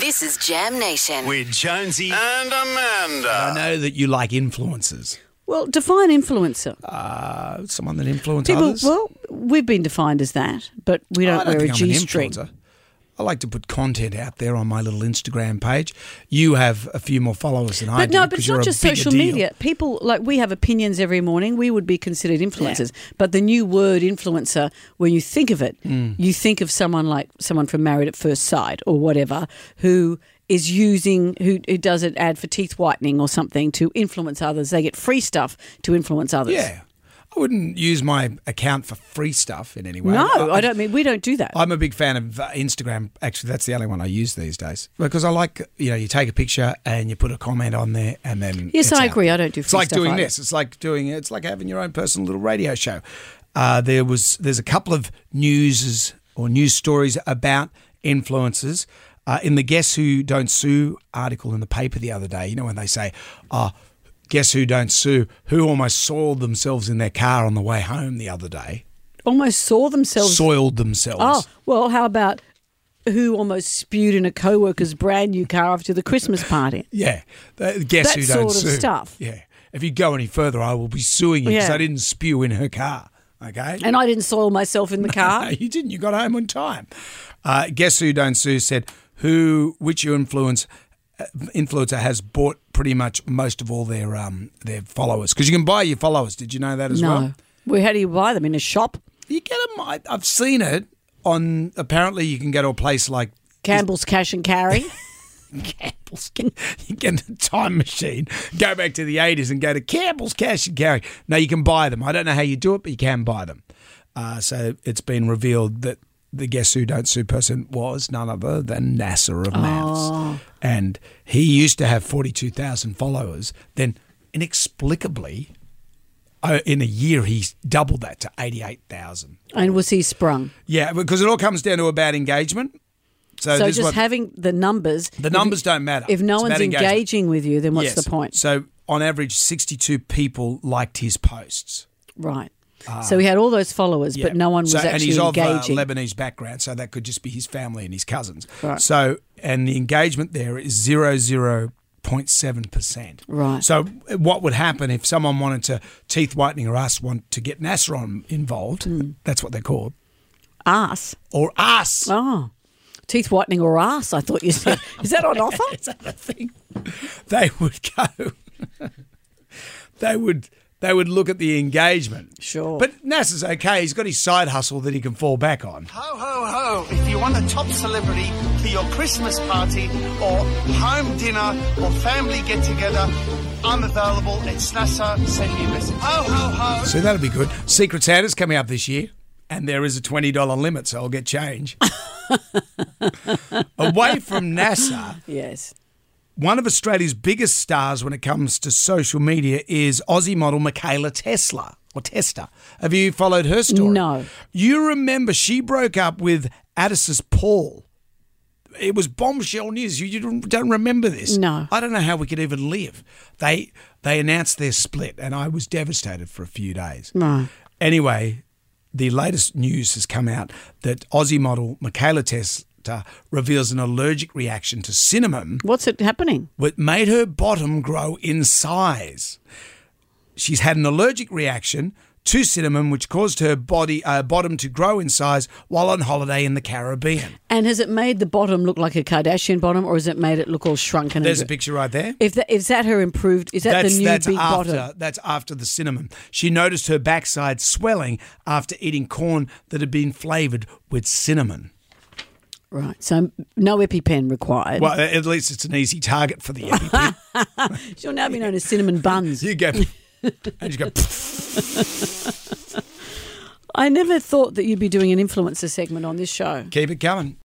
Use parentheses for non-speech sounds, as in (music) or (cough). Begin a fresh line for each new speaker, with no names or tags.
This is Jam Nation.
with Jonesy.
and
I
Amanda.
know that you like influencers.
Well, define influencer.
Uh, someone that influences
People,
others.
well, we've been defined as that, but we don't,
I don't
wear
think
a
I'm an
G string.
influencer. I like to put content out there on my little Instagram page. You have a few more followers than I
But
do.
no, but
'cause
it's
you're
not
a
just
bigger
social
deal.
media. People like we have opinions every morning. We would be considered influencers. But the new word influencer, when you think of it,
Hmm.
you think of someone like someone from Married at First Sight or whatever who is using who, who does an ad for teeth whitening or something to influence others. They get free stuff to influence others.
Yeah. I wouldn't use my account for free stuff in any way.
No, I, don't mean we don't do that.
I'm a big fan of uh, Instagram. Actually, that's the only one I use these days because I like you know you take a picture and you put a comment on there and then
Yes,
it's
I
out.
agree. I don't do
It's
free
like
stuff
doing
either.
this. It's like doing it's like having your own personal little radio show. Uh, there was there's a couple of newses or news stories about influencers. Uh, in the Guess Who Don't Sue article in the paper the other day, you know when they say, "Oh, guess who don't sue? Who almost soiled themselves in their car on the way home the other day?
Almost saw themselves.
Soiled themselves."
Oh, well, how about who almost spewed in a co-worker's brand new car after the Christmas party?
Yeah, Th- guess
That
who don't
sort of
sue?
stuff.
Yeah, if you go any further, I will be suing you because
Yeah.
I didn't spew in her car. Okay,
And I didn't soil myself
(laughs)
in the car.
you didn't. You got home on time. Uh, guess who don't sue said who which influence uh, influencer has bought pretty much most of all their um their followers because you can buy your followers. Did you know that as
no.
well?
Well, how do you buy them in a shop?
You get them. I, I've seen it on. Apparently, you can go to a place like
Campbell's Cash and
(laughs)
Carry.
Campbell's. You get in a time machine, go back to the 80s and go to Campbell's Cash and Carry. Now, you can buy them. I don't know how you do it, but you can buy them. Uh, so it's been revealed that the Guess Who Don't Sue person was none other than Nasser of
Oh.
Mouths. And he used to have 42,000 followers. Then, inexplicably, uh, in a year, he's doubled that to 88,000.
and was he sprung?
Yeah, because it all comes down to about engagement. So,
so
this
just
one-
having the numbers.
the numbers don't matter.
If no
It's
one's
about engagement.
engaging with you, then what's
Yes.
the point?
So on average, 62 people liked his posts.
right. so he had all those followers, but
Ah. Yeah.
no one was
So- and
actually
he's
engaging.
of uh, Lebanese background, so that could just be his family and his cousins.
Right.
So and the engagement there is zero zero point seven percent.
Right.
So what would happen if someone wanted to teeth whitening or us want to get Nasser on involved?
Hmm.
That's what they're called.
ass.
Or us.
Oh. Teeth whitening or ass, I thought
(laughs)
you said. Is that on offer?
Is (laughs) that a thing? They would go. they would. They would look at the engagement.
Sure.
But NASA's okay. He's got his side hustle that he can fall back on.
Ho, ho, ho. If you want a top celebrity for your Christmas party or home dinner or family get together, I'm available. It's NASA. Send me a message. Ho, ho, ho.
So that'll be good. Secret Santa's coming up this year, and there is a twenty dollar limit, so I'll get change. Away from NASA,
Yes.
one of Australia's biggest stars when it comes to social media is Aussie model Michaela Tesla or Testa. Have you followed her story?
No.
You remember she broke up with Addis's Paul. It was bombshell news. You, you don't remember this.
No.
I don't know how we could even live. They they announced their split, and I was devastated for a few days.
Right.
Anyway, the latest news has come out that Aussie model Michaela Testa reveals an allergic reaction to cinnamon
What's it happening?
what made her bottom grow in size. She's had an allergic reaction to cinnamon, which caused her body uh, bottom to grow in size while on holiday in the Caribbean.
And has it made the bottom look like a Kardashian bottom, or has it made it look all shrunken?
There's a
and...
picture right there.
If that is that her improved? Is that the new big
after,
bottom?
That's after the cinnamon. She noticed her backside swelling after eating corn that had been flavored with cinnamon.
Right. So no EpiPen required.
Well, at least it's an easy target
(laughs)
for the EpiPen.
She'll now be known as cinnamon buns.
you go, (laughs) and you go.
I never thought that you'd be doing an influencer segment on this show.
Keep it coming.